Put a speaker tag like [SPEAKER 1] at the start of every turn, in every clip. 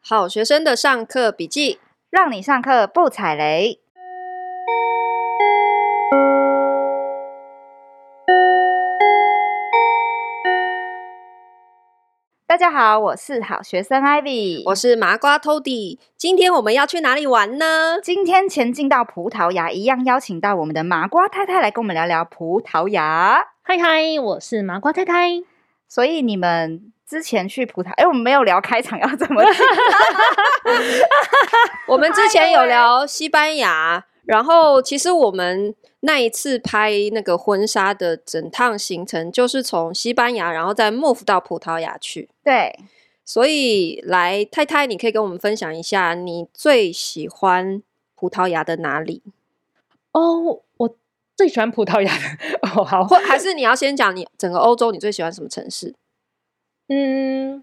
[SPEAKER 1] 好学生的上课笔记。
[SPEAKER 2] 让你上课不踩雷。大家好，我是好学生 Ivy，
[SPEAKER 1] 我是麻瓜 Tody，今天我们要去哪里玩呢？
[SPEAKER 2] 今天前进到葡萄牙，一样邀请到我们的麻瓜太太来跟我们聊聊葡萄牙。
[SPEAKER 3] 嗨嗨，我是麻瓜太太。
[SPEAKER 2] 所以你们之前去葡萄，哎、我们没有聊开场要怎么 进，
[SPEAKER 1] 我们之前有聊西班牙，然后其实我们那一次拍那个婚纱的整趟行程，就是从西班牙，然后再 move 到葡萄牙去。
[SPEAKER 2] 对，
[SPEAKER 1] 所以，来太太，你可以跟我们分享一下你最喜欢葡萄牙的哪里，
[SPEAKER 3] 哦，我最喜欢葡萄牙的。 哦，好，
[SPEAKER 1] 或还是你要先讲你整个欧洲你最喜欢什么城市？
[SPEAKER 3] 嗯，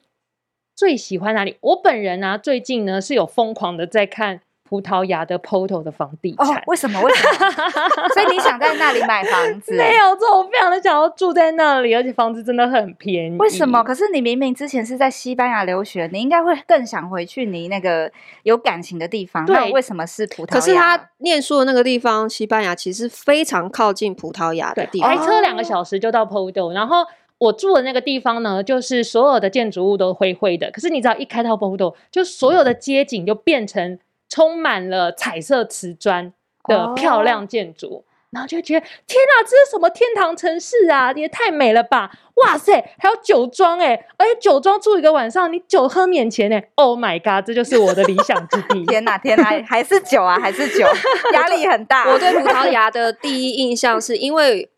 [SPEAKER 3] 最喜欢哪里？我本人啊，最近呢是有疯狂的在看葡萄牙的 Porto 的房地
[SPEAKER 2] 哦
[SPEAKER 3] 产，。
[SPEAKER 2] 为什么？为什么？ 所以你想在那里买房 子？
[SPEAKER 3] 没有错，我非常的想要住在那里，而且房子真的很
[SPEAKER 1] 嗯
[SPEAKER 3] 便宜。
[SPEAKER 2] 为什么？可是你明明之前是在西班牙留学，你应该会更想回去你那个有感情的地方。
[SPEAKER 3] 对
[SPEAKER 2] 那为什么是葡萄牙？。
[SPEAKER 1] 可是他念书的那个地方，西班牙其实非常靠近葡萄牙的
[SPEAKER 3] 对
[SPEAKER 1] 地，
[SPEAKER 3] 开
[SPEAKER 1] 方。
[SPEAKER 3] 车两个小时就到 Podo，然后我住的那个地方呢，就是所有的建筑物都灰灰的，可是你只要一开到 Podo，就所有的街景就变成充满了彩色瓷砖的漂亮建筑。然后就觉得天啊，这是什么天堂城市啊！也太美了吧！哇塞，还有酒庄哎、而且酒庄住一个晚上，你酒喝免钱哎、o h my god，这就是我的理想之地
[SPEAKER 2] 天哪，天哪，还是酒啊，还是酒，压力很大。
[SPEAKER 1] 我对葡萄牙的第一印象是因为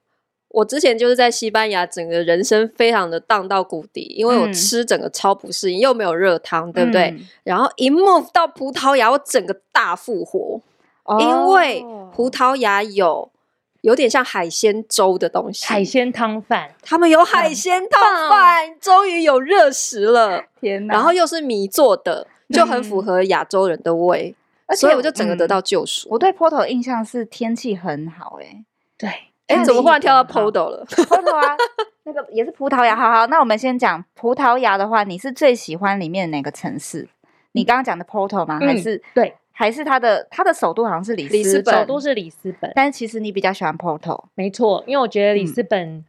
[SPEAKER 1] 我之前就是在西班牙，整个人生非常的荡到谷底，因为我
[SPEAKER 2] 嗯
[SPEAKER 1] 吃整个超不适应，又没有热汤，对不对？
[SPEAKER 2] 嗯？
[SPEAKER 1] 然后一 move 到葡萄牙，我整个大复活，
[SPEAKER 2] 哦
[SPEAKER 1] 嗯因为葡萄牙有有点像海鲜粥的东西，
[SPEAKER 3] 海鲜汤饭，
[SPEAKER 1] 他们有海鲜套饭，终于有热食了，
[SPEAKER 2] 天哪，
[SPEAKER 1] 然后又是米做的，就很符
[SPEAKER 2] 嗯
[SPEAKER 1] 合亚洲人的胃，
[SPEAKER 2] 而且
[SPEAKER 1] 所以我就整个得
[SPEAKER 2] 嗯
[SPEAKER 1] 到救赎。
[SPEAKER 2] 我对 Porto 印象是天气很好、欸，
[SPEAKER 3] 对，
[SPEAKER 1] 哎、
[SPEAKER 2] 看
[SPEAKER 1] 怎么
[SPEAKER 2] 你
[SPEAKER 1] 忽然跳到
[SPEAKER 3] 很好
[SPEAKER 1] Podo 了？
[SPEAKER 2] 哎，Porto 啊，那个也是葡萄牙。好好，那我们先讲葡萄牙的话，你是最喜欢里面哪个城市？你刚刚讲的 Porto 吗？
[SPEAKER 3] 嗯
[SPEAKER 2] 还是
[SPEAKER 3] 对，
[SPEAKER 2] 还是它的它的首都好像是里
[SPEAKER 1] 里斯
[SPEAKER 2] 斯
[SPEAKER 1] 本
[SPEAKER 3] 首
[SPEAKER 2] 本，
[SPEAKER 3] 都是里斯本。
[SPEAKER 2] 但是其实你比较喜欢 Porto，
[SPEAKER 3] 没错，因为我觉得里
[SPEAKER 2] 嗯
[SPEAKER 3] 斯本，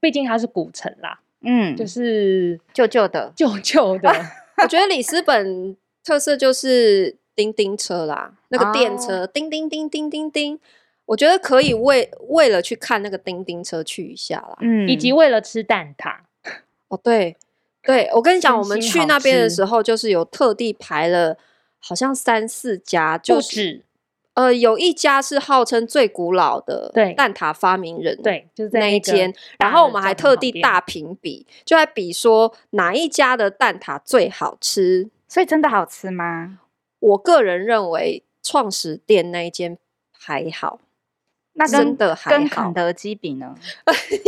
[SPEAKER 3] 毕竟它是古城啦，
[SPEAKER 2] 嗯，
[SPEAKER 3] 就是
[SPEAKER 2] 旧旧的，
[SPEAKER 3] 旧 旧的，
[SPEAKER 1] 我觉得里斯本特色就是叮叮车啦，那个电车、叮叮叮叮叮叮，我觉得可以为为了去看那个叮叮车去一下啦。
[SPEAKER 2] 嗯
[SPEAKER 3] 以及为了吃蛋挞，
[SPEAKER 1] 哦，对对，我跟你讲，
[SPEAKER 3] 真
[SPEAKER 1] 我们
[SPEAKER 3] 心
[SPEAKER 1] 去
[SPEAKER 3] 好
[SPEAKER 1] 那边的
[SPEAKER 3] 吃
[SPEAKER 1] 时候，就是有特地排了好像三四家，
[SPEAKER 3] 不
[SPEAKER 1] 就是
[SPEAKER 3] 止，
[SPEAKER 1] 呃有一家是号称最古老的
[SPEAKER 3] 对
[SPEAKER 1] 蛋挞发明人
[SPEAKER 3] 对，就是在
[SPEAKER 1] 那一
[SPEAKER 3] 个
[SPEAKER 1] 间，
[SPEAKER 3] 大
[SPEAKER 1] 然后我
[SPEAKER 3] 的
[SPEAKER 1] 们还
[SPEAKER 3] 教
[SPEAKER 1] 特
[SPEAKER 3] 堂
[SPEAKER 1] 地
[SPEAKER 3] 旁边
[SPEAKER 1] 大评比，就在比说哪一家的蛋挞最好吃，
[SPEAKER 2] 所以真的好吃吗？
[SPEAKER 1] 我个人认为创始店那一间还好，
[SPEAKER 2] 那
[SPEAKER 1] 真
[SPEAKER 2] 跟
[SPEAKER 1] 的还
[SPEAKER 2] 跟肯
[SPEAKER 1] 好。
[SPEAKER 2] 德基比呢，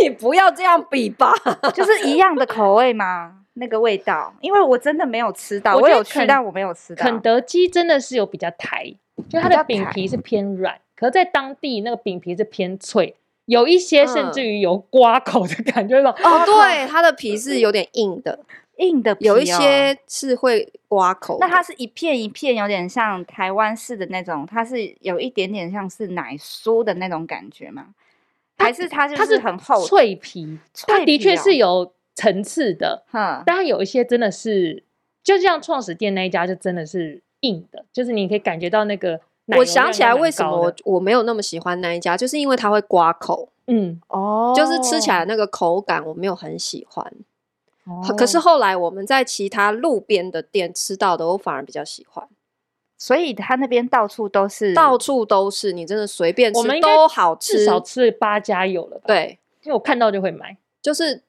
[SPEAKER 1] 你不要这样比吧。
[SPEAKER 2] 就是一样的口味吗？那个味道，因为我真的没有吃到，
[SPEAKER 3] 我
[SPEAKER 2] 我
[SPEAKER 3] 觉得
[SPEAKER 2] 有去，
[SPEAKER 3] 肯
[SPEAKER 2] 但我没有吃到。
[SPEAKER 3] 肯德基真的是有比较台，就它
[SPEAKER 2] 比较
[SPEAKER 3] 的饼
[SPEAKER 2] 台
[SPEAKER 3] 皮是偏软，可是在当地那个饼皮是偏脆，有一些甚
[SPEAKER 1] 嗯
[SPEAKER 3] 至于有刮口的感觉那种。
[SPEAKER 1] 哦，对，它的皮是有点硬的，
[SPEAKER 2] 硬的皮
[SPEAKER 1] 有一
[SPEAKER 2] 哦，
[SPEAKER 1] 些是会刮口的。
[SPEAKER 2] 那它是一片一片，有点像台湾式的那种，它是有一点点像是奶酥的那种感觉吗？还是它就
[SPEAKER 3] 它是
[SPEAKER 2] 很厚的？
[SPEAKER 3] 脆皮，它
[SPEAKER 2] 脆
[SPEAKER 3] 的
[SPEAKER 2] 皮
[SPEAKER 3] 确
[SPEAKER 2] 哦
[SPEAKER 3] 是有层次的，
[SPEAKER 2] 哼，
[SPEAKER 3] 但它有一些真的是，就像创始店那一家，就真的是硬的，就是你可以感觉到那个奶油量也蛮高的。
[SPEAKER 1] 我想起来为什么我我没有那么喜欢那一家，就是因为它会刮口，
[SPEAKER 3] 嗯，
[SPEAKER 2] 哦
[SPEAKER 1] 就是吃起来那个口感我没有很喜欢。
[SPEAKER 2] 哦
[SPEAKER 1] 可是后来我们在其他路边的店吃到的，我反而比较喜欢。
[SPEAKER 2] 所以它那边到处都是
[SPEAKER 1] 到处都是，你真的随便
[SPEAKER 3] 我们
[SPEAKER 1] 吃
[SPEAKER 3] 应该
[SPEAKER 1] 都好吃，
[SPEAKER 3] 至少吃了八家有了吧？，
[SPEAKER 1] 对。
[SPEAKER 3] 因为我看到就会买。
[SPEAKER 1] 就是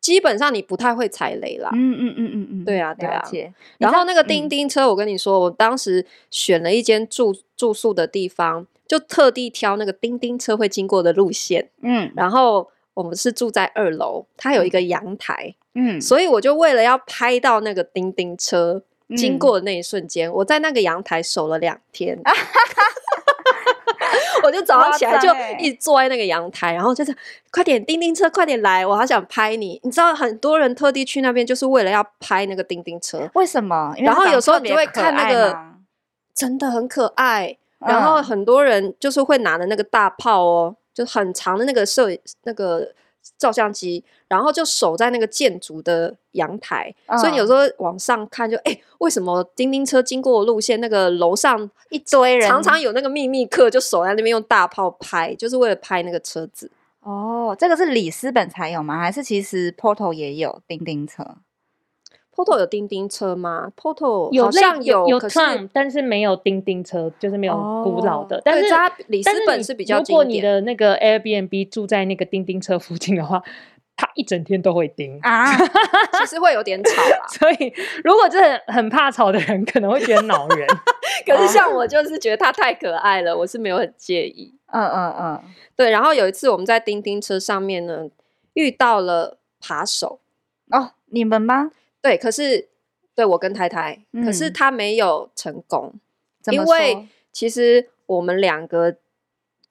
[SPEAKER 1] 基本上你不太会踩雷啦。
[SPEAKER 2] 嗯嗯嗯嗯嗯，
[SPEAKER 1] 对啊对
[SPEAKER 2] 了
[SPEAKER 1] 啊
[SPEAKER 2] 解。
[SPEAKER 1] 然后那个叮
[SPEAKER 2] 嗯
[SPEAKER 1] 叮车，我跟你说，我当时选了一间住住宿的地方，就特地挑那个叮叮车会经过的路线。
[SPEAKER 2] 嗯
[SPEAKER 1] 然后我们是住在二楼，它有一个阳台，
[SPEAKER 2] 嗯，
[SPEAKER 1] 所以我就为了要拍到那个叮叮车经
[SPEAKER 2] 嗯
[SPEAKER 1] 过的那一瞬间，我在那个阳台守了两天。 我就早上起来
[SPEAKER 2] 夸
[SPEAKER 1] 就
[SPEAKER 2] 张欸
[SPEAKER 1] 一直坐在那个阳台，然后就是快点叮叮车，快点来，我好想拍你。你知道很多人特地去那边就是为了要拍那个叮叮车，
[SPEAKER 2] 为什么？因为
[SPEAKER 1] 然后
[SPEAKER 2] 长
[SPEAKER 1] 有时候
[SPEAKER 2] 特
[SPEAKER 1] 你
[SPEAKER 2] 别
[SPEAKER 1] 就会
[SPEAKER 2] 可
[SPEAKER 1] 看那
[SPEAKER 2] 爱
[SPEAKER 1] 个
[SPEAKER 2] 吗
[SPEAKER 1] 真的很可爱。然后
[SPEAKER 2] 嗯
[SPEAKER 1] 很多人就是会拿着那个大炮哦，就很长的那个摄那个照相机，然后就守在那个建筑的阳台，
[SPEAKER 3] 嗯
[SPEAKER 1] 所以你有时候往上看就，哎，为什么叮叮车经过的路线那个楼上
[SPEAKER 2] 一堆人
[SPEAKER 1] 常常有那个秘密客就守在那边用大炮拍，就是为了拍那个车子。
[SPEAKER 2] 哦，这个是里斯本才有吗？还是其实 Porto 也有叮叮车？
[SPEAKER 1] Poto 有叮叮车吗？Poto
[SPEAKER 3] 有
[SPEAKER 1] 好
[SPEAKER 3] 类
[SPEAKER 1] 像
[SPEAKER 3] 有
[SPEAKER 1] 可是
[SPEAKER 3] Tom，但是没有叮叮车，就是没有古老的。
[SPEAKER 2] 哦
[SPEAKER 3] 但
[SPEAKER 1] 对
[SPEAKER 3] 是
[SPEAKER 1] 它里斯
[SPEAKER 3] 但
[SPEAKER 1] 本
[SPEAKER 3] 你
[SPEAKER 1] 是比较
[SPEAKER 3] 如果
[SPEAKER 1] 经
[SPEAKER 3] 你
[SPEAKER 1] 典
[SPEAKER 3] 的那个 Airbnb 住在那个叮叮车附近的话，它一整天都会叮。。
[SPEAKER 2] 啊，
[SPEAKER 1] 其实会有点吵啦
[SPEAKER 3] 所以，如果真的很怕吵的人，可能会觉得恼 人。
[SPEAKER 1] 可是像我就是觉得它太可爱了，我是没有很介意。
[SPEAKER 2] 嗯嗯嗯，
[SPEAKER 1] 对，然后有一次我们在叮叮车上面呢遇到了扒手，
[SPEAKER 2] 哦，你们吗？
[SPEAKER 1] 对，可是对我跟太太，可是
[SPEAKER 2] 嗯
[SPEAKER 1] 他没有成功，
[SPEAKER 2] 怎
[SPEAKER 1] 因
[SPEAKER 2] 么
[SPEAKER 1] 为
[SPEAKER 2] 说
[SPEAKER 1] 其实我们两个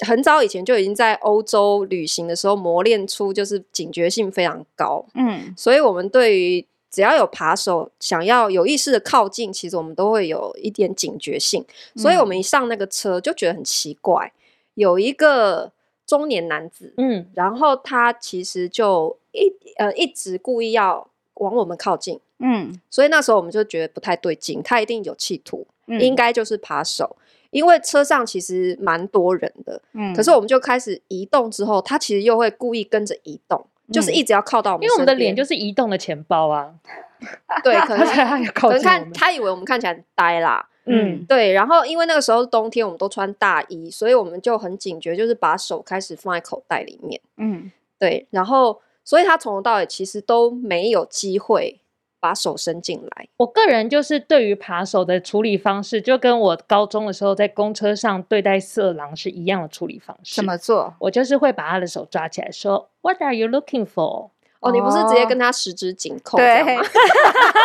[SPEAKER 1] 很早以前就已经在欧洲旅行的时候磨练出就是警觉性非常高，
[SPEAKER 2] 嗯
[SPEAKER 1] 所以我们对于只要有扒手想要有意识的靠近，其实我们都会有一点警觉性。所以我
[SPEAKER 2] 嗯
[SPEAKER 1] 们一上那个车就觉得很奇怪，有一个中年男子，
[SPEAKER 3] 嗯，
[SPEAKER 1] 然后他其实就一呃一直故意要往我们靠近，
[SPEAKER 2] 嗯
[SPEAKER 1] 所以那时候我们就觉得不太对劲，他一定有企图，
[SPEAKER 2] 嗯
[SPEAKER 1] 应该就是扒手。因为车上其实蛮多人的，
[SPEAKER 2] 嗯
[SPEAKER 1] 可是我们就开始移动之后，他其实又会故意跟着移动，就是一直要靠到我们
[SPEAKER 3] 嗯因为我们的
[SPEAKER 1] 身边
[SPEAKER 3] 脸就是移动的钱包啊，
[SPEAKER 1] 对，可
[SPEAKER 3] 而且
[SPEAKER 1] 能
[SPEAKER 3] 它也靠
[SPEAKER 1] 可能
[SPEAKER 3] 近我们
[SPEAKER 1] 看。他以为我们看起来很呆啦，
[SPEAKER 3] 嗯，
[SPEAKER 1] 对，然后因为那个时候冬天，我们都穿大衣，所以我们就很警觉，就是把手开始放在口袋里面。
[SPEAKER 2] 嗯
[SPEAKER 1] 对，然后所以他从头到尾其实都没有机会把手伸进来。
[SPEAKER 3] 我个人就是对于扒手的处理方式，就跟我高中的时候在公车上对待色狼是一样的处理方式。
[SPEAKER 2] 怎么？ 做？
[SPEAKER 3] 我就是会把他的手抓起来说，What are you looking for？
[SPEAKER 1] 哦，你不是直接
[SPEAKER 2] 哦
[SPEAKER 1] 跟他十指紧扣这
[SPEAKER 2] 对，
[SPEAKER 1] 样吗？
[SPEAKER 2] 伸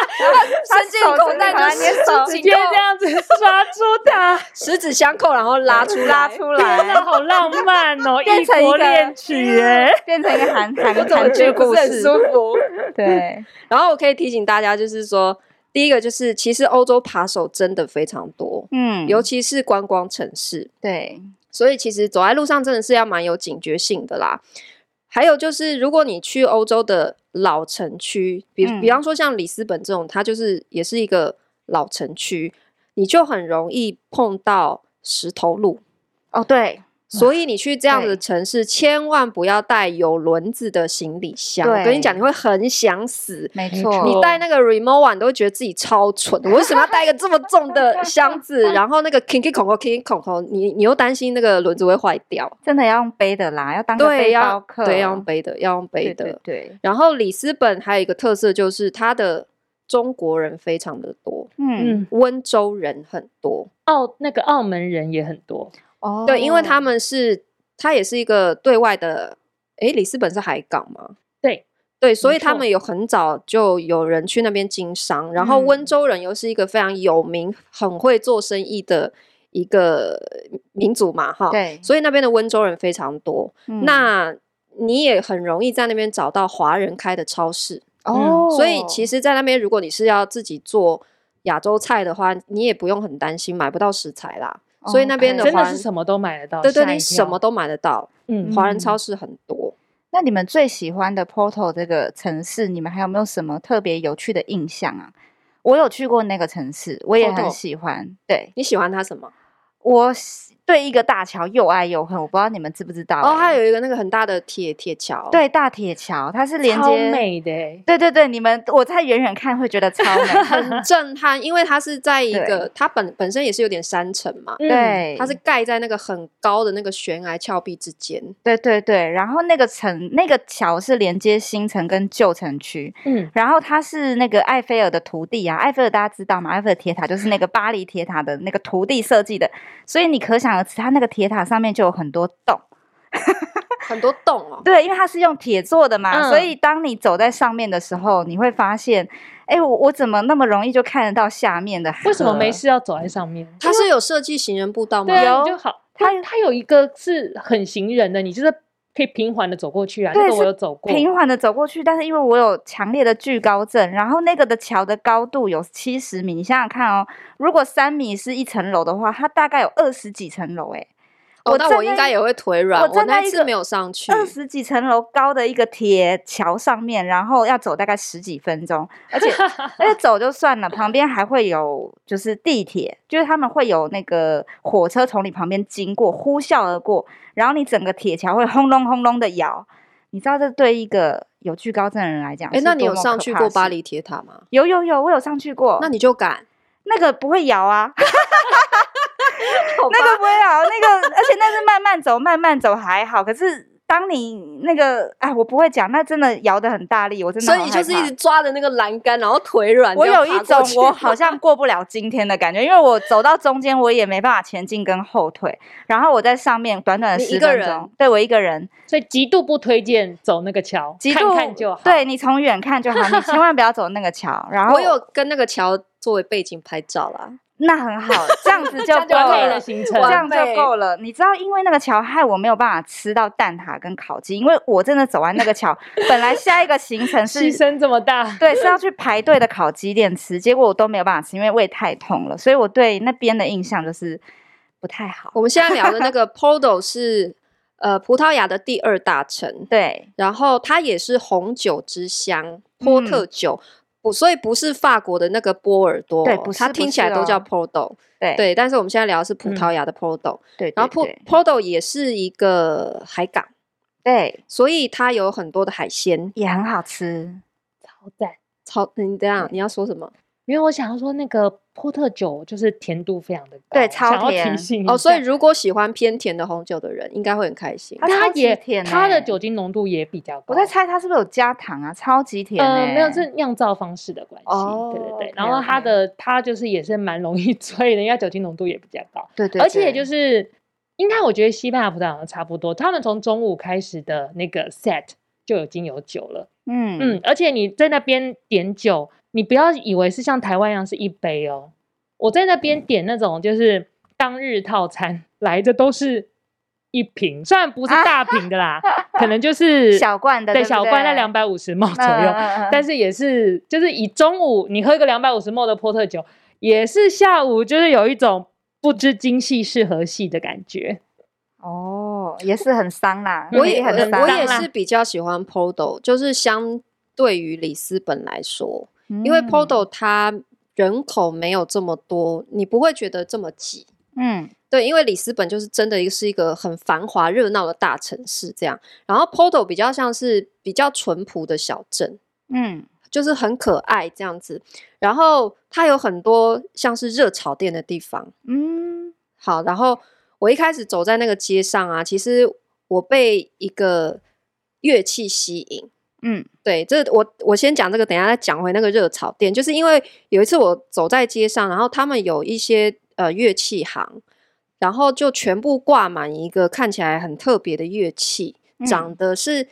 [SPEAKER 1] 伸进口袋就
[SPEAKER 2] 你的
[SPEAKER 1] 十
[SPEAKER 2] 手
[SPEAKER 1] 指
[SPEAKER 3] 直
[SPEAKER 1] 紧
[SPEAKER 3] 接
[SPEAKER 1] 扣，
[SPEAKER 3] 这样子 抓住他，
[SPEAKER 1] 十指相扣，然后拉出
[SPEAKER 2] 拉
[SPEAKER 1] 来
[SPEAKER 2] 出
[SPEAKER 3] 真的
[SPEAKER 2] 来，
[SPEAKER 3] 好浪漫哦，
[SPEAKER 2] 变
[SPEAKER 3] 异
[SPEAKER 2] 成一
[SPEAKER 3] 国
[SPEAKER 2] 个
[SPEAKER 3] 恋曲耶！
[SPEAKER 2] 变成一个韩韩
[SPEAKER 1] 我怎么
[SPEAKER 2] 韩
[SPEAKER 1] 觉
[SPEAKER 2] 剧
[SPEAKER 1] 得
[SPEAKER 2] 故
[SPEAKER 1] 不是很
[SPEAKER 2] 事
[SPEAKER 1] 舒。服？
[SPEAKER 2] 对，
[SPEAKER 1] 然后我可以提醒大家，就是说，第一个就是其实欧洲扒手真的非常多，
[SPEAKER 2] 嗯，
[SPEAKER 1] 尤其是观光城市。
[SPEAKER 2] 对，
[SPEAKER 1] 所以其实走在路上真的是要蛮有警觉性的啦。还有就是，如果你去欧洲的老城区，比
[SPEAKER 2] 嗯
[SPEAKER 1] 比方说像里斯本这种，它就是也是一个老城区，你就很容易碰到石头路。
[SPEAKER 2] 哦对
[SPEAKER 1] 所以你去这样的
[SPEAKER 2] 对
[SPEAKER 1] 城市，千万不要带有轮子的行李箱。我跟你讲，
[SPEAKER 2] 对
[SPEAKER 1] 你会很想死。
[SPEAKER 2] 没
[SPEAKER 3] 没
[SPEAKER 2] 错，
[SPEAKER 3] 错
[SPEAKER 1] 你带那个 remote one 你都会觉得自己超蠢，我为什么要带一个这么重的箱 子？然后那个 kinky 孔口 kinky 孔口，你你又担心那个轮子会坏掉，
[SPEAKER 2] 真的要用背的啦，要当个
[SPEAKER 1] 对，
[SPEAKER 2] 背包
[SPEAKER 1] 要
[SPEAKER 2] 客，
[SPEAKER 1] 对要用背的，要用背
[SPEAKER 2] 对
[SPEAKER 1] 的。
[SPEAKER 2] 对对，
[SPEAKER 1] 然后里斯本还有一个特色就是它的中国人非常的多，
[SPEAKER 2] 嗯
[SPEAKER 3] 嗯，
[SPEAKER 1] 温州人很多，
[SPEAKER 3] 澳那个澳门人也很多，
[SPEAKER 2] 哦
[SPEAKER 1] 对，因为他们是它也是一个对外的，诶，里斯本是海港吗？
[SPEAKER 3] 对
[SPEAKER 1] 对，所以
[SPEAKER 3] 没
[SPEAKER 1] 他
[SPEAKER 3] 错
[SPEAKER 1] 们有很早就有人去那边经商，然后温
[SPEAKER 2] 嗯
[SPEAKER 1] 州人又是一个非常有名、很会做生意的一个民族嘛，哈，，
[SPEAKER 2] 哦对，
[SPEAKER 1] 所以那边的温州人非常多。
[SPEAKER 2] 嗯
[SPEAKER 1] 那你也很容易在那边找到华人开的超市，
[SPEAKER 2] 哦，
[SPEAKER 1] 嗯所以其实，在那边如果你是要自己做亚洲菜的话，你也不用很担心买不到食材啦。所以那边
[SPEAKER 2] 的
[SPEAKER 3] 哦哎真的
[SPEAKER 1] 华
[SPEAKER 3] 是
[SPEAKER 1] 人
[SPEAKER 3] 什么都买得到，
[SPEAKER 1] 对对，
[SPEAKER 3] 吓一
[SPEAKER 1] 你什
[SPEAKER 3] 跳
[SPEAKER 1] 么都买得到，
[SPEAKER 3] 嗯
[SPEAKER 1] 华人超市很多。
[SPEAKER 2] 那你们最喜欢的 Porto 这个城市，你们还有没有什么特别有趣的印象啊？我有去过那个城市，我也
[SPEAKER 1] Porto
[SPEAKER 2] 很喜欢。对
[SPEAKER 1] 你喜欢它什么？
[SPEAKER 2] 我喜对一个大桥又爱又恨，我不知道你们知不知道、
[SPEAKER 1] 哦，它
[SPEAKER 2] 欸
[SPEAKER 1] 有一个那个很大的铁铁桥，，
[SPEAKER 2] 对大铁桥，它是连
[SPEAKER 3] 超
[SPEAKER 2] 接。
[SPEAKER 3] 美的欸耶，
[SPEAKER 2] 对对对，你们我在远远看会觉得超 美。
[SPEAKER 1] 很震撼，因为它是在一
[SPEAKER 2] 对
[SPEAKER 1] 个它本本身也是有点山城嘛，
[SPEAKER 3] 嗯，
[SPEAKER 2] 对，
[SPEAKER 1] 它是盖在那个很高的那个悬崖峭壁之间。
[SPEAKER 2] 对对对，然后那个城那个桥是连接新城跟旧城区，
[SPEAKER 3] 嗯，
[SPEAKER 2] 然后他是那个埃菲尔的徒弟啊，埃菲尔大家知道吗？埃菲尔铁塔就是那个巴黎铁塔的那个徒弟设计的，所以你可想而知，它那个铁塔上面就有很多洞。
[SPEAKER 1] 很多洞哦，
[SPEAKER 2] 对，因为它是用铁做的嘛，
[SPEAKER 3] 嗯
[SPEAKER 2] 所以当你走在上面的时候，你会发现，哎，我我怎么那么容易就看得到下面的？嗯
[SPEAKER 3] 为什么没？事要走在上面？
[SPEAKER 1] 它是有设计行人步道吗？
[SPEAKER 3] 对啊，
[SPEAKER 2] 有
[SPEAKER 3] 你就好它它有一个是很行人的，你就是可以平缓的走过去啊。
[SPEAKER 2] 对
[SPEAKER 3] 那个我
[SPEAKER 2] 是
[SPEAKER 3] 有走过，
[SPEAKER 2] 平缓的走过去，但是因为我有强烈的惧高症，然后那个的桥的高度有七十米，你想想看哦，如果三米是一层楼的话，它大概有二十几层楼哎、
[SPEAKER 1] 哦，
[SPEAKER 2] 我
[SPEAKER 1] 那
[SPEAKER 2] 站
[SPEAKER 1] 我应
[SPEAKER 2] 在
[SPEAKER 1] 该也会腿软。
[SPEAKER 2] 我
[SPEAKER 1] 我
[SPEAKER 2] 站
[SPEAKER 1] 那
[SPEAKER 2] 在一
[SPEAKER 1] 次
[SPEAKER 2] 个
[SPEAKER 1] 没有上去，
[SPEAKER 2] 二十几层楼高的一个铁桥上面，然后要走大概十几分钟，而且而且走就算了，旁边还会有就是地铁，就是他们会有那个火车从你旁边经过，呼啸而过，然后你整个铁桥会轰隆轰隆的摇，你知道这对一个有惧高症的人来讲，
[SPEAKER 1] 哎、那你有上去过巴
[SPEAKER 2] 黎？
[SPEAKER 1] 黎铁塔吗？
[SPEAKER 2] 有有有，我有上去过，
[SPEAKER 1] 那你就敢？
[SPEAKER 2] 那个不会摇啊，
[SPEAKER 1] 好吧
[SPEAKER 2] 那个不会摇，那个而且那是慢慢走，慢慢走还好，可是。当你那个，哎，我不会讲，那真的摇得很大力，我真的
[SPEAKER 1] 所
[SPEAKER 2] 好害
[SPEAKER 1] 以
[SPEAKER 2] 怕。
[SPEAKER 1] 你就是一直抓着那个栏杆，然后腿软。
[SPEAKER 2] 我
[SPEAKER 1] 这样
[SPEAKER 2] 有一
[SPEAKER 1] 爬
[SPEAKER 2] 种
[SPEAKER 1] 过去
[SPEAKER 2] 我好像过不了今天的感觉，因为我走到中间，我也没办法前进跟后退。然后我在上面短短的
[SPEAKER 1] 你一
[SPEAKER 2] 十
[SPEAKER 1] 个
[SPEAKER 2] 分
[SPEAKER 1] 人
[SPEAKER 2] 钟，对我一个人，
[SPEAKER 3] 所以极度不推荐走那个桥，
[SPEAKER 2] 极
[SPEAKER 3] 看
[SPEAKER 2] 度
[SPEAKER 3] 看就好。
[SPEAKER 2] 对你从远看就好，你千万不要走那个桥。然后
[SPEAKER 1] 我有跟那个桥作为背景拍照啦。
[SPEAKER 2] 那很好，这 样子就
[SPEAKER 1] 样就
[SPEAKER 2] 够
[SPEAKER 3] 完
[SPEAKER 1] 可以
[SPEAKER 3] 美
[SPEAKER 1] 了
[SPEAKER 2] 了
[SPEAKER 3] 的。 行程
[SPEAKER 2] 这
[SPEAKER 1] 完，
[SPEAKER 2] 样就
[SPEAKER 1] 美
[SPEAKER 2] 够了。你知道，因为那个桥害我没有办法吃到蛋挞跟烤鸡，因为我真的走完那个 桥，本来下一个行程是
[SPEAKER 3] 牺牲这么大，
[SPEAKER 2] 对，是要去排队的烤鸡店吃，结果我都没有办法吃，因为胃太痛了，所以我对那边的印象就是不太好。
[SPEAKER 1] 我们现在聊的那个 Porto 是呃葡萄牙的第二大城，
[SPEAKER 2] 对，
[SPEAKER 1] 然后它也是红酒之乡波
[SPEAKER 2] 嗯
[SPEAKER 1] 特酒，不、所以不是法国的那个波尔多，
[SPEAKER 2] 对不是
[SPEAKER 1] 它
[SPEAKER 2] 不
[SPEAKER 1] 听起
[SPEAKER 2] 是
[SPEAKER 1] 来都
[SPEAKER 2] 哦
[SPEAKER 1] 叫 Porto，
[SPEAKER 2] 对，嗯
[SPEAKER 1] 对，但是我们现在聊的是葡萄牙的 Porto，、
[SPEAKER 2] 对，
[SPEAKER 1] 然后
[SPEAKER 2] 对
[SPEAKER 1] Po Porto 也是一个海港，
[SPEAKER 2] 对，
[SPEAKER 1] 所以它有很多的海鲜。
[SPEAKER 2] 也很好吃。
[SPEAKER 3] 好赞。
[SPEAKER 1] 超，嗯你这
[SPEAKER 2] 嗯
[SPEAKER 1] 样你要说什么？
[SPEAKER 3] 因为我想要说，那个波特酒就是甜度非常的高，
[SPEAKER 2] 对超
[SPEAKER 3] 想要
[SPEAKER 2] 甜
[SPEAKER 3] 提醒一
[SPEAKER 1] 哦，所以
[SPEAKER 3] 下
[SPEAKER 1] 如果喜欢偏甜的红酒的人，应该会很开心。
[SPEAKER 2] 它
[SPEAKER 3] 它
[SPEAKER 2] 超级
[SPEAKER 3] 也
[SPEAKER 2] 甜
[SPEAKER 3] 它的
[SPEAKER 2] 欸
[SPEAKER 3] 酒精浓度也比较高。
[SPEAKER 2] 我在猜它是不是有加糖啊？超级甜、欸，
[SPEAKER 3] 哦呃，没有，是酿造方式的关系。
[SPEAKER 1] 哦
[SPEAKER 3] 对对对，
[SPEAKER 1] ，OK，OK
[SPEAKER 3] 然后它的它就是也是蛮容易 醉的，因为它酒精浓度也比较高，
[SPEAKER 2] 对对，
[SPEAKER 3] 而且就是是应该我觉得西班牙葡萄牙好像差不多，他们从中午开始的那个 set 就已经有酒了。
[SPEAKER 2] 嗯
[SPEAKER 3] 嗯，而且你在那边点酒，你不要以为是像台湾一样是一杯哦。我在那边点那种就是当日套餐，来的都是一瓶，虽然不是大瓶的 啦，可能就是
[SPEAKER 2] 小罐的，
[SPEAKER 3] 对
[SPEAKER 2] 不嗯
[SPEAKER 3] 小罐在两百五十 ml 左右，但
[SPEAKER 2] 是
[SPEAKER 3] 是也是就是以中午你喝个两百五十 ml 的波特酒，也是下午就是有一种不知今夕是何夕的感觉。
[SPEAKER 2] 哦，也是很伤啦，
[SPEAKER 3] 嗯
[SPEAKER 1] 我
[SPEAKER 2] 也
[SPEAKER 1] 也
[SPEAKER 2] 嗯很啊
[SPEAKER 1] 呃
[SPEAKER 2] 伤，
[SPEAKER 1] 我也
[SPEAKER 3] 啦
[SPEAKER 1] 是比较喜欢 Podo，就是相对于里斯本来说，因为
[SPEAKER 2] 嗯
[SPEAKER 1] Podo 它人口没有这么多，你不会觉得这么挤。
[SPEAKER 2] 嗯
[SPEAKER 1] 对，因为里斯本就是真的是一个很繁华热闹的大城市这样，然后 Podo 比较像是比较淳朴的小镇，
[SPEAKER 2] 嗯
[SPEAKER 1] 就是很可爱这样子。然后它有很多像是热炒店的地方，
[SPEAKER 2] 嗯，
[SPEAKER 1] 好，然后我一开始走在那个街上啊，其实我被一个乐器吸引。
[SPEAKER 2] 嗯，
[SPEAKER 1] 对，这我我先讲这个，等一下再讲回那个热炒店。就是因为有一次我走在街上，然后他们有一些呃乐器行，然后就全部挂满一个看起来很特别的乐器，
[SPEAKER 2] 嗯
[SPEAKER 1] 长得是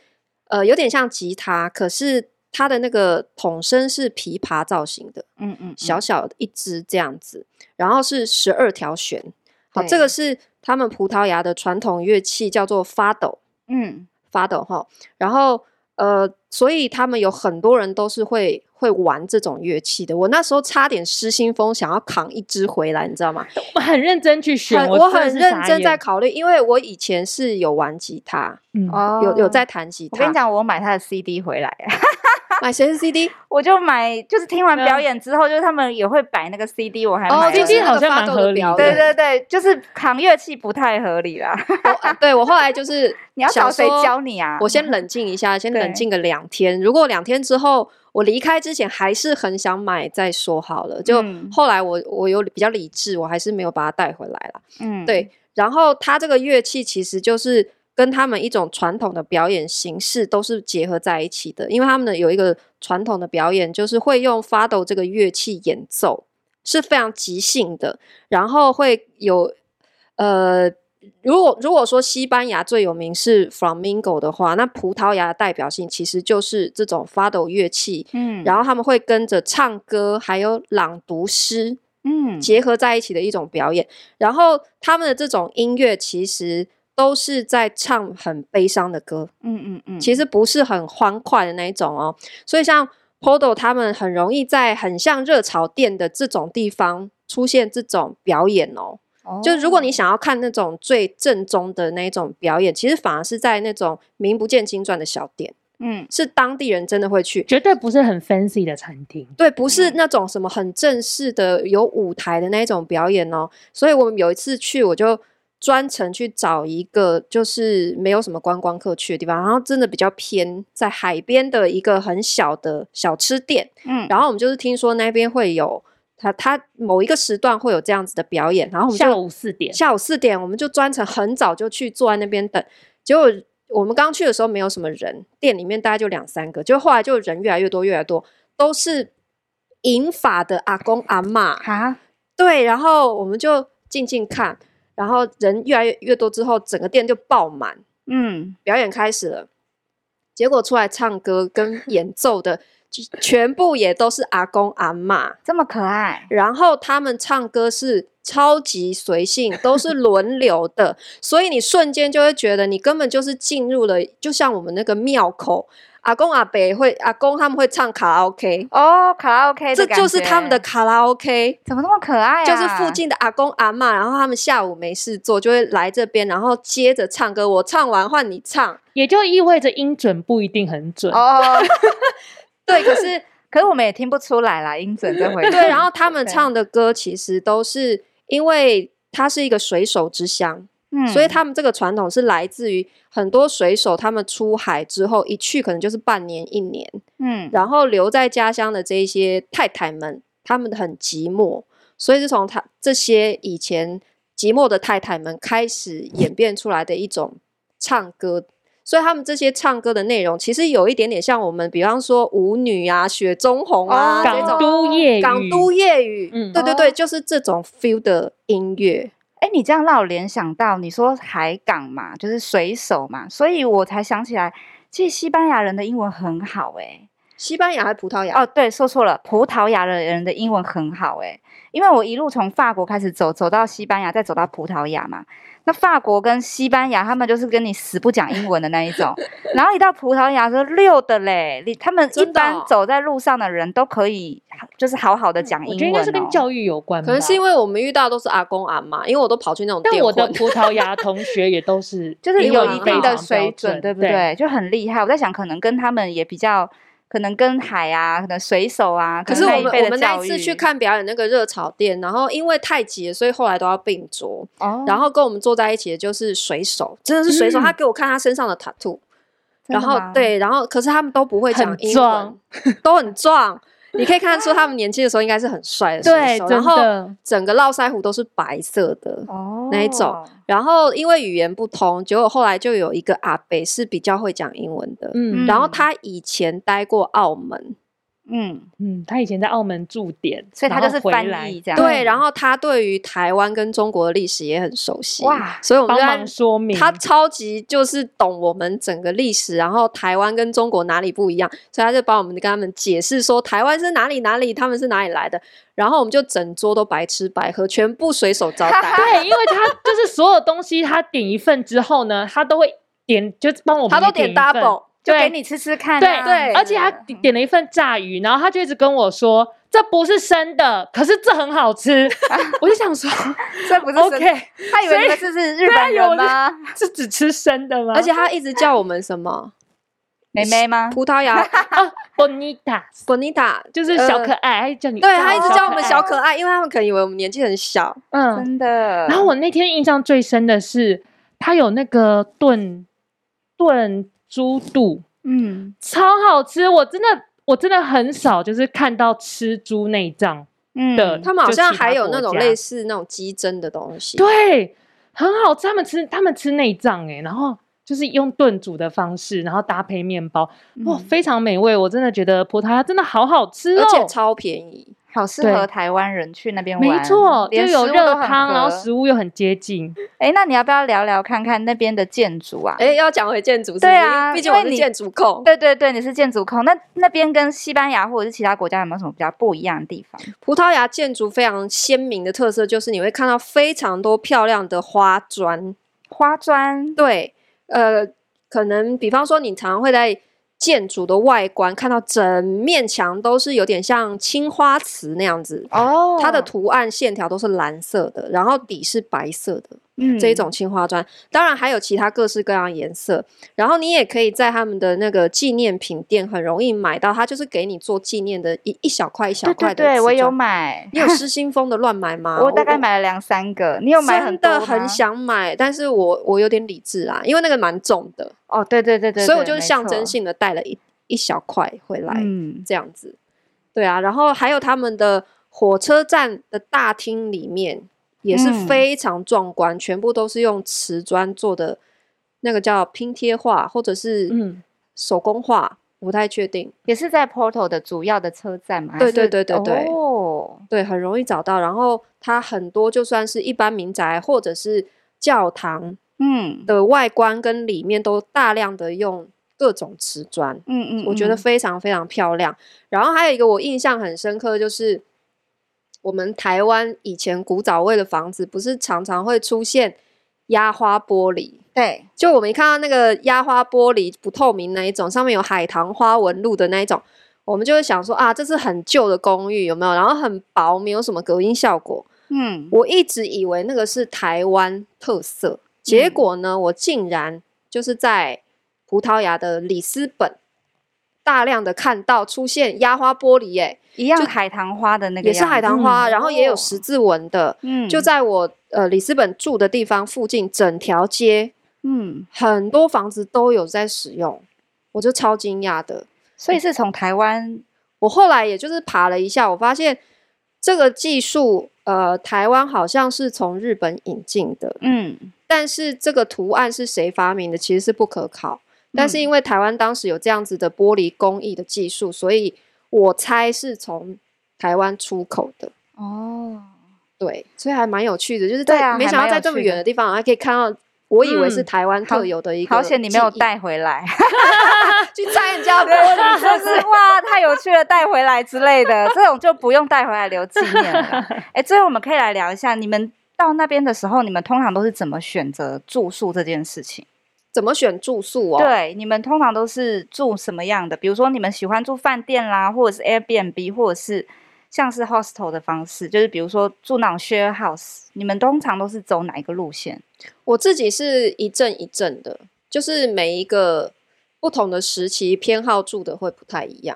[SPEAKER 1] 呃有点像吉他，可是它的那个筒身是琵琶造型的。
[SPEAKER 2] 嗯嗯，
[SPEAKER 1] 小小的一只这样子，然后是十二条弦。好，这
[SPEAKER 2] 对
[SPEAKER 1] 个是他们葡萄牙的传统乐器，叫做发抖，
[SPEAKER 2] 嗯
[SPEAKER 1] 发抖哈。然后呃，所以他们有很多人都是会会玩这种乐器的。我那时候差点失心疯，想要扛一支回来，你知道吗？
[SPEAKER 3] 我很认真去选，
[SPEAKER 1] 很
[SPEAKER 3] 我
[SPEAKER 1] 我
[SPEAKER 3] 真的
[SPEAKER 1] 很
[SPEAKER 3] 是
[SPEAKER 1] 认
[SPEAKER 3] 傻
[SPEAKER 1] 真在
[SPEAKER 3] 眼，
[SPEAKER 1] 考虑，因为我以前是有玩吉他，
[SPEAKER 3] 嗯，
[SPEAKER 2] 哦，
[SPEAKER 1] 有有在。弹吉
[SPEAKER 2] 我
[SPEAKER 1] 他。
[SPEAKER 2] 跟你讲，我买他的 CD 回来，啊
[SPEAKER 1] 买谁的 CD？
[SPEAKER 2] 我就买，就是听完
[SPEAKER 3] 嗯
[SPEAKER 2] 表演之后，就是他们也会摆那个 CD，我还买
[SPEAKER 1] 哦
[SPEAKER 2] 了。
[SPEAKER 1] 就
[SPEAKER 3] CD
[SPEAKER 1] 是那
[SPEAKER 3] 好
[SPEAKER 1] 个
[SPEAKER 3] 像
[SPEAKER 1] 发
[SPEAKER 3] 蛮
[SPEAKER 1] 抖的
[SPEAKER 3] 合理
[SPEAKER 1] 表
[SPEAKER 3] 的，
[SPEAKER 2] 对对对，就是扛乐器不太合理啦。
[SPEAKER 1] 我 呃对我后来就是
[SPEAKER 2] 你要找
[SPEAKER 1] 想
[SPEAKER 2] 谁
[SPEAKER 1] 说
[SPEAKER 2] 教你啊？
[SPEAKER 1] 我先冷静一下，先冷
[SPEAKER 2] 对
[SPEAKER 1] 静个两天。如果两天之后我离开之前还是很想买，再说好了。就
[SPEAKER 2] 嗯
[SPEAKER 1] 后来我我有比较理智，我还是没有把它带回来啦。
[SPEAKER 2] 嗯，
[SPEAKER 1] 对，然后它这个乐器其实就是跟他们一种传统的表演形式都是结合在一起的，因为他们的有一个传统的表演就是会用发抖这个乐器演奏，是非常即兴的，然后会有呃。如果如果说西班牙最有名是 flamingo 的话，那葡萄牙的代表性其实就是这种发抖乐器，
[SPEAKER 2] 嗯，
[SPEAKER 1] 然后他们会跟着唱歌，还有朗读诗，
[SPEAKER 2] 嗯，
[SPEAKER 1] 结合在一起的一种表演。然后他们的这种音乐其实都是在唱很悲伤的歌，
[SPEAKER 2] 嗯嗯嗯，
[SPEAKER 1] 其实不是很欢快的那一种哦。所以像 Podo 他们很容易在很像热潮店的这种地方出现这种表演哦。
[SPEAKER 2] 哦
[SPEAKER 1] 就如果你想要看那种最正宗的那一种表演，其实反而是在那种名不见经传的小店，
[SPEAKER 2] 嗯
[SPEAKER 1] 是当地人真的会去。
[SPEAKER 3] 绝对不是很 fancy 的餐厅。
[SPEAKER 1] 对，不是
[SPEAKER 2] 嗯
[SPEAKER 1] 那种什么很正式的有舞台的那一种表演哦。所以我们有一次去，我就专程去找一个就是没有什么观光客去的地方，然后真的比较偏在海边的一个很小的小吃店。
[SPEAKER 2] 嗯，
[SPEAKER 1] 然后我们就是听说那边会有他他某一个时段会有这样子的表演，然后我们就
[SPEAKER 3] 下午四点，
[SPEAKER 1] 下午四点，我们就专程很早就去坐在那边等。结果我们刚去的时候没有什么人，店里面大概就两三个，就后来就人越来越多，越来越多，都是银发的阿公阿嬷。
[SPEAKER 2] 哈，
[SPEAKER 1] 对，然后我们就静静看，然后人越来越越多之后，整个店就爆满，
[SPEAKER 2] 嗯，
[SPEAKER 1] 表演开始了。结果出来唱歌跟演奏的， 就全部也都是阿公阿嬷。
[SPEAKER 2] 这么可爱，
[SPEAKER 1] 然后他们唱歌是超级随性，都是轮流的，所以你瞬间就会觉得你根本就是进入了，就像我们那个庙口，阿公阿伯会阿公他们会唱卡拉 OK，
[SPEAKER 2] 哦，卡拉 OK
[SPEAKER 1] 这
[SPEAKER 2] 的感觉
[SPEAKER 1] 就是他们的卡拉 OK。
[SPEAKER 2] 怎么那么可爱啊？
[SPEAKER 1] 就是附近的阿公阿嬷，然后他们下午没事做，就会来这边，然后接着唱歌。我唱完换你唱，
[SPEAKER 3] 也就意味着音准不一定很准。
[SPEAKER 2] 哦，
[SPEAKER 1] 对。可 是
[SPEAKER 2] 可是我们也听不出来啦，音 准这回事
[SPEAKER 1] 对，然后他们
[SPEAKER 2] OK
[SPEAKER 1] 唱的歌其实都是因为它是一个水手之乡，
[SPEAKER 2] 嗯
[SPEAKER 1] 所以他们这个传统是来自于很多水手，他们出海之后一去可能就是半年一年，
[SPEAKER 2] 嗯
[SPEAKER 1] 然后留在家乡的这一些太太们，他们很寂寞，所以是从他这些以前寂寞的太太们开始演变出来的一种唱歌。所以他们这些唱歌的内容，其实有一点点像我们，比方说舞女啊、雪中红啊、
[SPEAKER 2] 哦
[SPEAKER 1] 这
[SPEAKER 3] 港
[SPEAKER 1] 种
[SPEAKER 3] 都夜雨，
[SPEAKER 1] 港都夜雨，
[SPEAKER 3] 嗯
[SPEAKER 1] 对对对，
[SPEAKER 2] 哦
[SPEAKER 1] 就是这种 feel 的音乐。
[SPEAKER 2] 哎，你这样让我联想到你说海港嘛，就是水手嘛，所以我才想起来，其实西班牙人的英文很好哎、
[SPEAKER 1] 西班牙还葡萄牙
[SPEAKER 2] 哦，对，说错了，葡萄牙的人的英文很好哎、因为我一路从法国开始走，走到西班牙，再走到葡萄牙嘛。那法国跟西班牙，他们就是跟你死不讲英文的那一种，然后一到葡萄牙是溜的嘞，你他们一
[SPEAKER 1] 真的
[SPEAKER 2] 般
[SPEAKER 1] 哦
[SPEAKER 2] 走在路上的人都可以，就是好好的讲
[SPEAKER 3] 嗯我
[SPEAKER 2] 英文、哦。，
[SPEAKER 3] 觉得应该是跟教育有关吧，
[SPEAKER 1] 可能是因为我们遇到都是阿公阿妈，因为我都跑去那种
[SPEAKER 3] 但
[SPEAKER 1] 店
[SPEAKER 3] 我的
[SPEAKER 1] 混
[SPEAKER 3] 葡萄牙同学也都 是
[SPEAKER 2] 就是
[SPEAKER 1] 英
[SPEAKER 2] 有
[SPEAKER 1] 文
[SPEAKER 2] 一
[SPEAKER 1] 很
[SPEAKER 2] 定
[SPEAKER 1] 好
[SPEAKER 2] 的
[SPEAKER 3] 非常
[SPEAKER 2] 水
[SPEAKER 3] 标
[SPEAKER 2] 准，
[SPEAKER 3] 准
[SPEAKER 2] 对不
[SPEAKER 3] 对
[SPEAKER 2] 对？就很厉害。我在想，可能跟他们也比较，可能跟海啊，可能水手啊，
[SPEAKER 1] 可
[SPEAKER 2] 能
[SPEAKER 1] 是我
[SPEAKER 2] 那一
[SPEAKER 1] 们
[SPEAKER 2] 辈
[SPEAKER 1] 我
[SPEAKER 2] 的
[SPEAKER 1] 们那
[SPEAKER 2] 教
[SPEAKER 1] 一次去
[SPEAKER 2] 育，
[SPEAKER 1] 看表演那个热炒店，然后因为太挤了，所以后来都要并桌。
[SPEAKER 2] 哦
[SPEAKER 1] 然后跟我们坐在一起的就是水手，真的是水手，
[SPEAKER 3] 嗯
[SPEAKER 1] 他给我看他身上的 tattoo，
[SPEAKER 2] 真
[SPEAKER 1] 然
[SPEAKER 2] 的
[SPEAKER 1] 后
[SPEAKER 2] 吗，
[SPEAKER 1] 对，然后可是他们都不会讲
[SPEAKER 3] 很
[SPEAKER 1] 英文
[SPEAKER 3] 壮，
[SPEAKER 1] 都很壮。你可以看得出他们年轻的时候应该是很帅的水
[SPEAKER 3] 对，
[SPEAKER 1] 手，然
[SPEAKER 3] 真
[SPEAKER 1] 后
[SPEAKER 3] 的，
[SPEAKER 1] 整个络腮胡都是白色的，
[SPEAKER 2] 哦
[SPEAKER 1] 哪一种？然后因为语言不通，结果后来就有一个阿北是比较会讲英文的，
[SPEAKER 3] 嗯
[SPEAKER 1] 然后他以前待过澳门，
[SPEAKER 2] 嗯，
[SPEAKER 3] 嗯，他以前在澳门驻点，
[SPEAKER 2] 所以他
[SPEAKER 3] 然后
[SPEAKER 2] 就是
[SPEAKER 3] 回
[SPEAKER 2] 翻
[SPEAKER 3] 来
[SPEAKER 2] 译这样。
[SPEAKER 1] 对，然后他对于台湾跟中国的历史也很熟悉，
[SPEAKER 2] 哇
[SPEAKER 1] 所以我们
[SPEAKER 3] 帮
[SPEAKER 1] 就
[SPEAKER 3] 忙
[SPEAKER 1] 在
[SPEAKER 3] 说明
[SPEAKER 1] 他超级就是懂我们整个历史，然后台湾跟中国哪里不一样，所以他就帮我们跟他们解释说台湾是哪里哪里，他们是哪里来的，然后我们就整桌都白吃白喝，全部随手招 待。
[SPEAKER 3] 对，因为他就是所有东西，他点一份之后呢，他都会点，就是帮我们
[SPEAKER 1] 他都
[SPEAKER 3] 也
[SPEAKER 1] 点
[SPEAKER 3] 一份
[SPEAKER 1] double，
[SPEAKER 2] 就给
[SPEAKER 3] 对
[SPEAKER 2] 你吃吃看
[SPEAKER 3] 对
[SPEAKER 2] 啊。
[SPEAKER 3] 而且他
[SPEAKER 2] 嗯
[SPEAKER 3] 点了一份炸鱼，然后他就一直跟我说这不是生的，可是这很好吃。 我就想说，
[SPEAKER 2] 这 不是
[SPEAKER 3] OK，
[SPEAKER 2] 神他以为你们是是日本人吗？
[SPEAKER 3] 是只吃生的吗？
[SPEAKER 1] 而且他一直叫我们什 么
[SPEAKER 2] 妹 妹吗？
[SPEAKER 1] 葡萄牙
[SPEAKER 3] 啊，bonita
[SPEAKER 1] bonita，
[SPEAKER 3] 就是小可爱，他叫你
[SPEAKER 1] 呃对他一直
[SPEAKER 2] 哦
[SPEAKER 1] 叫我们小
[SPEAKER 3] 可
[SPEAKER 1] 可爱，因为他们可能以为我们年纪很小。
[SPEAKER 3] 爱嗯。
[SPEAKER 2] 真的。
[SPEAKER 3] 然后我那天印象最深的是，他有那个炖炖猪肚，
[SPEAKER 2] 嗯
[SPEAKER 3] 超好吃。我真的我真的很少就是看到吃猪内脏，
[SPEAKER 2] 嗯
[SPEAKER 3] 的
[SPEAKER 1] 他们好
[SPEAKER 3] 就
[SPEAKER 1] 像
[SPEAKER 3] 其他
[SPEAKER 1] 还有
[SPEAKER 3] 国
[SPEAKER 1] 那种
[SPEAKER 3] 家
[SPEAKER 1] 类似那种鸡胗的东西。
[SPEAKER 3] 对，很好吃。他们吃他们吃内脏哎，然后就是用炖煮的方式，然后搭配面包，哇、
[SPEAKER 2] 嗯
[SPEAKER 3] 非常美味。我真的觉得葡萄牙真的好好吃哦，
[SPEAKER 1] 而且超便宜，
[SPEAKER 2] 好适
[SPEAKER 3] 对
[SPEAKER 2] 合台湾人去那边玩，
[SPEAKER 3] 没错，就
[SPEAKER 2] 连
[SPEAKER 3] 有
[SPEAKER 2] 食物
[SPEAKER 3] 热
[SPEAKER 2] 都很
[SPEAKER 3] 汤，然后
[SPEAKER 2] 合
[SPEAKER 3] 食物又很接近。
[SPEAKER 2] 哎，那你要不要聊聊看看那边的建筑啊？
[SPEAKER 1] 哎、要讲回建筑是不是，
[SPEAKER 2] 对啊
[SPEAKER 1] 毕竟我
[SPEAKER 2] 因为
[SPEAKER 1] 是
[SPEAKER 2] 你
[SPEAKER 1] 建筑控。
[SPEAKER 2] 对对对，你是建筑控，那那边跟西班牙或者是其他国家有没有什么比较不一样的地方？
[SPEAKER 1] 葡萄牙建筑非常鲜明的特色就是你会看到非常多漂亮的花砖，
[SPEAKER 2] 花砖，
[SPEAKER 1] 对，呃，可能比方说你常常会在建筑的外观看到整面墙都是有点像青花瓷那样子。
[SPEAKER 2] 哦
[SPEAKER 1] 它的图案线条都是蓝色的，然后底是白色的，这
[SPEAKER 2] 嗯
[SPEAKER 1] 一种青花砖。当然还有其他各式各样的颜色。然后你也可以在他们的那个纪念品店很容易买到，它就是给你做纪念的一一小块一小
[SPEAKER 2] 对
[SPEAKER 1] 块
[SPEAKER 2] 对
[SPEAKER 1] 的瓷砖。
[SPEAKER 2] 对，我有买，
[SPEAKER 1] 你有失心疯的乱买吗？
[SPEAKER 2] 我大概买了两三个，你有买很
[SPEAKER 1] 真
[SPEAKER 2] 多
[SPEAKER 1] 的很
[SPEAKER 2] 吗
[SPEAKER 1] 想买，但是我我有点理智啦，因为那个蛮重的，
[SPEAKER 2] 哦，对对对对，
[SPEAKER 1] 所以我
[SPEAKER 2] 对
[SPEAKER 1] 就是
[SPEAKER 2] 没
[SPEAKER 1] 象
[SPEAKER 2] 错
[SPEAKER 1] 征性的带了一一小块回来，
[SPEAKER 2] 嗯，
[SPEAKER 1] 这样子。对啊，然后还有他们的火车站的大厅里面也是
[SPEAKER 2] 嗯
[SPEAKER 1] 非常壮观，全部都是用瓷砖做的，那个叫拼贴画或者是
[SPEAKER 3] 嗯，
[SPEAKER 1] 手工画，我不太确定。
[SPEAKER 2] 也是在 Porto 的主要的车站嘛？还
[SPEAKER 1] 对对
[SPEAKER 2] 是
[SPEAKER 1] 对对对
[SPEAKER 2] 哦，
[SPEAKER 1] 对，很容易找到。然后它很多就算是一般民宅或者是教堂，
[SPEAKER 2] 嗯
[SPEAKER 1] 的外观跟里面都大量的用各种瓷砖，
[SPEAKER 2] 嗯嗯，
[SPEAKER 1] 我觉得
[SPEAKER 2] 嗯
[SPEAKER 1] 非常非常漂亮。然后还有一个我印象很深刻，就是我们台湾以前古早味的房子，不是常常会出现压花玻璃。
[SPEAKER 2] 对，
[SPEAKER 1] 就我们一看到那个压花玻璃不透明那一种，上面有海棠花纹路的那一种，我们就会想说啊，这是很旧的公寓，有没有？然后很薄，没有什么隔音效果。
[SPEAKER 2] 嗯，
[SPEAKER 1] 我一直以为那个是台湾特色，结
[SPEAKER 2] 嗯
[SPEAKER 1] 果呢，我竟然就是在葡萄牙的里斯本大量的看到出现压花玻璃、耶，
[SPEAKER 2] 一样海棠花的那个
[SPEAKER 1] 也是
[SPEAKER 2] 样
[SPEAKER 1] 海
[SPEAKER 2] 子
[SPEAKER 1] 棠花，
[SPEAKER 2] 嗯
[SPEAKER 1] 然后也有
[SPEAKER 2] 哦
[SPEAKER 1] 十字纹的，
[SPEAKER 2] 嗯，
[SPEAKER 1] 就在我呃里斯本住的地方附近，整条街
[SPEAKER 2] 嗯，
[SPEAKER 1] 很多房子都有在使用，我就超惊讶的。
[SPEAKER 2] 所以是从台湾
[SPEAKER 1] 我后来也就是爬了一下，我发现这个技术，呃，台湾好像是从日本引进的，
[SPEAKER 2] 嗯
[SPEAKER 1] 但是这个图案是谁发明的，其实是不可考。但
[SPEAKER 2] 嗯
[SPEAKER 1] 是因为台湾当时有这样子的玻璃工艺的技术，所以我猜是从台湾出口的。
[SPEAKER 2] 哦，
[SPEAKER 1] 对，所以还蛮有趣的，就是
[SPEAKER 2] 对
[SPEAKER 1] 在、
[SPEAKER 2] 啊
[SPEAKER 1] 没
[SPEAKER 2] 还
[SPEAKER 1] 想到
[SPEAKER 2] 蛮
[SPEAKER 1] 在
[SPEAKER 2] 有
[SPEAKER 1] 这么
[SPEAKER 2] 趣
[SPEAKER 1] 远
[SPEAKER 2] 的
[SPEAKER 1] 的地方，还可以看到，我以为是
[SPEAKER 3] 嗯
[SPEAKER 1] 台湾
[SPEAKER 2] 好
[SPEAKER 1] 特有的一个、啊
[SPEAKER 2] 好险你没有，带 回来，
[SPEAKER 1] 去摘人家的玻 璃。
[SPEAKER 2] 就是哇太有趣了，带回来之类 的，这种就不用带回来留纪念了。哎，最后我们可以来聊一下，你们到那边的时候，你们通常都是怎么选择住宿这件事情？
[SPEAKER 1] 怎么选住宿哦？
[SPEAKER 2] 对，你们通常都是住什么样的？比如说你们喜欢住饭店啦，或者是 Airbnb，或者是像是 hostel 的方式，就是比如说住那种 share house，你们通常都是走哪一个路线？
[SPEAKER 1] 我自己是一阵一阵的，就是每一个不同的时期偏好住的会不太一样。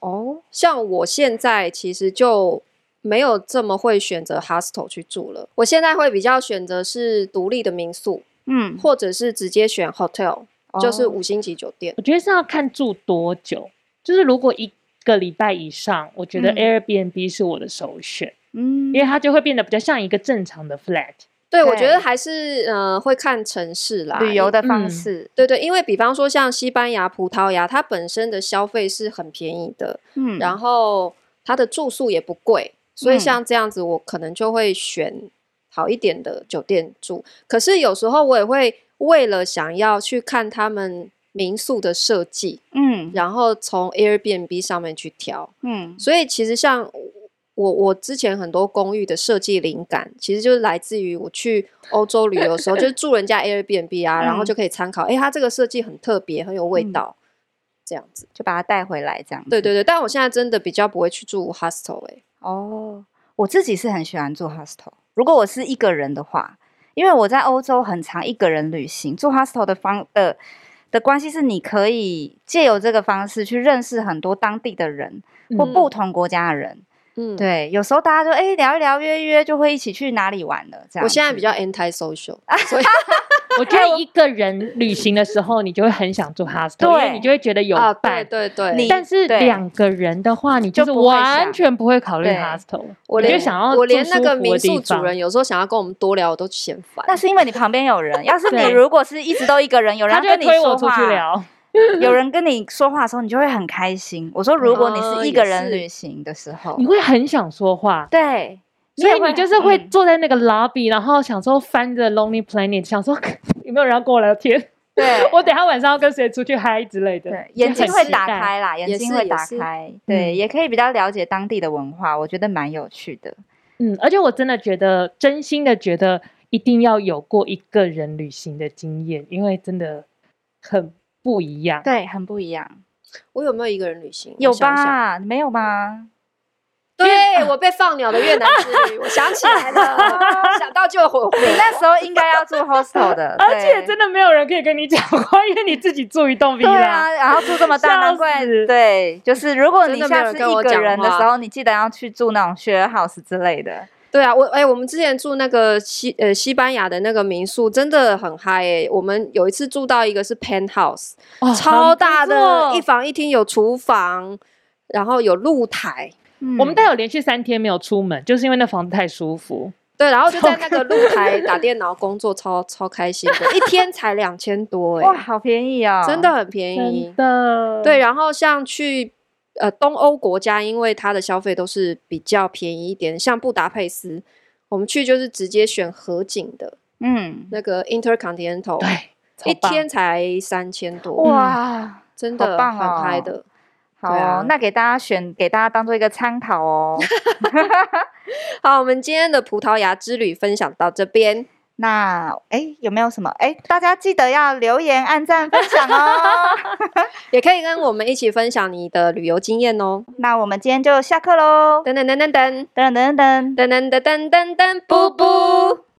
[SPEAKER 2] 哦，
[SPEAKER 1] 像我现在其实就没有这么会选择 hostel 去住了，我现在会比较选择是独立的民宿，
[SPEAKER 2] 嗯，
[SPEAKER 1] 或者是直接选 hotel，、就是
[SPEAKER 2] 哦
[SPEAKER 1] 五星级酒店。
[SPEAKER 3] 我觉得是要看住多久，就是如果一个礼拜以上，我觉得
[SPEAKER 2] 嗯
[SPEAKER 3] Airbnb 是我的首选，
[SPEAKER 2] 嗯
[SPEAKER 3] 因为它就会变得比较像一个正常的 flat。
[SPEAKER 1] 对，我
[SPEAKER 2] 对
[SPEAKER 1] 觉得还是呃会看城市啦，
[SPEAKER 2] 旅游的方
[SPEAKER 3] 嗯
[SPEAKER 2] 式，
[SPEAKER 1] 对对，因为比方说像西班牙、葡萄牙，它本身的消费是很便宜的，
[SPEAKER 2] 嗯，
[SPEAKER 1] 然后它的住宿也不贵，所以
[SPEAKER 2] 嗯
[SPEAKER 1] 像这样子，我可能就会选好一点的酒店住。可是有时候我也会为了想要去看他们民宿的设计，
[SPEAKER 2] 嗯
[SPEAKER 1] 然后从 Airbnb 上面去挑。
[SPEAKER 2] 嗯
[SPEAKER 1] 所以其实像我我之前很多公寓的设计灵感，其实就是来自于我去欧洲旅游的时候，就是住人家 Airbnb 啊，然后
[SPEAKER 2] 嗯
[SPEAKER 1] 就可以参考，哎，它这个设计很特别，很有味
[SPEAKER 2] 嗯
[SPEAKER 1] 道，这样子。
[SPEAKER 2] 就把它带回来这样。
[SPEAKER 1] 对，对对，但我现在真的比较不会去住 hostel 哎、
[SPEAKER 2] 哦，我自己是很喜欢住 hostel，如果我是一个人的话，因为我在欧洲很常一个人旅行，住 hostel 的方的的关系是你可以借由这个方式去认识很多当地的人或
[SPEAKER 3] 嗯
[SPEAKER 2] 不同国家的人。
[SPEAKER 1] 嗯，。
[SPEAKER 2] 对，有时候大家就哎、聊一聊约一约，就会一起去哪里玩了。这样子，
[SPEAKER 1] 我现在比较 anti social，
[SPEAKER 3] 我觉得一个人旅行的时候，你就会很想住 hostel，因为
[SPEAKER 2] 对
[SPEAKER 3] 你就会觉得有
[SPEAKER 1] 啊，对
[SPEAKER 3] 伴。
[SPEAKER 1] 对对，
[SPEAKER 2] 你
[SPEAKER 3] 但是
[SPEAKER 2] 对
[SPEAKER 3] 两个人的话，你就
[SPEAKER 2] 就是不会
[SPEAKER 3] 完
[SPEAKER 2] 想
[SPEAKER 3] 全不会考虑
[SPEAKER 2] 对
[SPEAKER 3] hostel，
[SPEAKER 1] 我
[SPEAKER 3] 你
[SPEAKER 1] 连
[SPEAKER 3] 就想要
[SPEAKER 1] 我连
[SPEAKER 3] 住
[SPEAKER 1] 那
[SPEAKER 3] 舒
[SPEAKER 1] 个
[SPEAKER 3] 服的
[SPEAKER 1] 民宿
[SPEAKER 3] 地方
[SPEAKER 1] 主人有时候想要跟我们多聊，我都嫌烦。
[SPEAKER 2] 那是因为你旁边有人，要是你
[SPEAKER 3] 对
[SPEAKER 2] 如果是一直都一个人，有人
[SPEAKER 3] 他
[SPEAKER 2] 要
[SPEAKER 3] 就会
[SPEAKER 2] 跟你
[SPEAKER 3] 推
[SPEAKER 2] 说
[SPEAKER 3] 我出
[SPEAKER 2] 话
[SPEAKER 3] 去，聊。
[SPEAKER 2] 有人跟你说话的时候，你就会很开心。我说，如果你
[SPEAKER 1] 哦
[SPEAKER 2] 是一
[SPEAKER 1] 也
[SPEAKER 2] 个人
[SPEAKER 1] 是
[SPEAKER 2] 旅行的时候，
[SPEAKER 3] 你会很想说话，
[SPEAKER 2] 对，
[SPEAKER 3] 所以你就是会
[SPEAKER 2] 嗯
[SPEAKER 3] 坐在那个 lobby，、然后想说翻着 Lonely Planet，想说 有没有人要跟我聊天，
[SPEAKER 2] 对
[SPEAKER 3] 我等一下晚上要跟谁出去嗨之类的，
[SPEAKER 2] 对，眼
[SPEAKER 3] 就很
[SPEAKER 2] 睛会
[SPEAKER 3] 期
[SPEAKER 2] 打
[SPEAKER 3] 待。
[SPEAKER 2] 开啦，
[SPEAKER 1] 也
[SPEAKER 2] 眼睛
[SPEAKER 1] 是
[SPEAKER 2] 会
[SPEAKER 1] 也
[SPEAKER 2] 打
[SPEAKER 1] 是
[SPEAKER 2] 开，对，
[SPEAKER 3] 嗯
[SPEAKER 2] 也可以比较了解当地的文化，我觉得蛮有趣的。
[SPEAKER 3] 嗯，而且我真的觉得，真心的觉得一定要有过一个人旅行的经验，因为真的很不一样。
[SPEAKER 2] 对，很不一样。
[SPEAKER 1] 我有没有一个人旅行？我
[SPEAKER 2] 有
[SPEAKER 1] 想想？
[SPEAKER 2] 吧？没有吗？
[SPEAKER 1] 对我被放鸟的越南之旅，我想起来了，想到就 后悔。
[SPEAKER 2] 你那时候应该要住 hostel 的，
[SPEAKER 3] 而且
[SPEAKER 2] 对
[SPEAKER 3] 真的没有人可以跟你讲话，因为你自己住一栋 villa。
[SPEAKER 2] 对啊，然后住这 么大，
[SPEAKER 3] 笑
[SPEAKER 2] 难怪
[SPEAKER 3] 死
[SPEAKER 2] 对，就是如果
[SPEAKER 1] 真
[SPEAKER 2] 你
[SPEAKER 1] 的没有
[SPEAKER 2] 下
[SPEAKER 1] 人
[SPEAKER 2] 次
[SPEAKER 1] 跟我
[SPEAKER 2] 一个
[SPEAKER 1] 讲
[SPEAKER 2] 人的
[SPEAKER 1] 话
[SPEAKER 2] 时候，你记得要去住那种 share house 之类的。
[SPEAKER 1] 对啊，我哎、我们之前住那个西呃西班牙的那个民宿，真的很嗨哎、我们有一次住到一个是 penthouse，、
[SPEAKER 3] 哦
[SPEAKER 1] 超
[SPEAKER 2] 嗯
[SPEAKER 1] 大
[SPEAKER 3] 很
[SPEAKER 1] 的，
[SPEAKER 3] 不
[SPEAKER 1] 一
[SPEAKER 3] 错
[SPEAKER 1] 房一厅，有厨房，然后有露台。
[SPEAKER 2] 嗯
[SPEAKER 3] 我们但有连续三天没有出门，就是因为那房子太舒服。
[SPEAKER 1] 对，然后就在那个露台打电脑工作超，超开心的，一天才两千多哎、
[SPEAKER 2] 哇，好便宜哦，
[SPEAKER 1] 真的很便宜
[SPEAKER 3] 真。的，
[SPEAKER 1] 对，然后像去呃东欧国家，因为它的消费都是比较便宜一点，像布达佩斯，我们去就是直接选河景的
[SPEAKER 2] 嗯，
[SPEAKER 1] 那个 Intercontinental，
[SPEAKER 3] 对，
[SPEAKER 1] 一
[SPEAKER 3] 超棒
[SPEAKER 1] 天才三千多，
[SPEAKER 2] 哇，
[SPEAKER 1] 真的
[SPEAKER 2] 好棒
[SPEAKER 1] 很嗨
[SPEAKER 2] 哦
[SPEAKER 1] 的。
[SPEAKER 2] 好
[SPEAKER 1] 对啊
[SPEAKER 2] 哦，那给大家选，给大家当做一个参 考哦。
[SPEAKER 1] 好，我们今天的葡萄牙之旅分享到这边，
[SPEAKER 2] 那哎，有没有什么哎？大家记得要留言、按赞、分享哦。
[SPEAKER 1] 也可以跟我们一起分享你的旅游经验哦。
[SPEAKER 2] 那我们今天就下课喽，
[SPEAKER 1] 噔噔噔噔噔
[SPEAKER 2] 等等等等。
[SPEAKER 1] 噔噔噔噔噔噔，布布。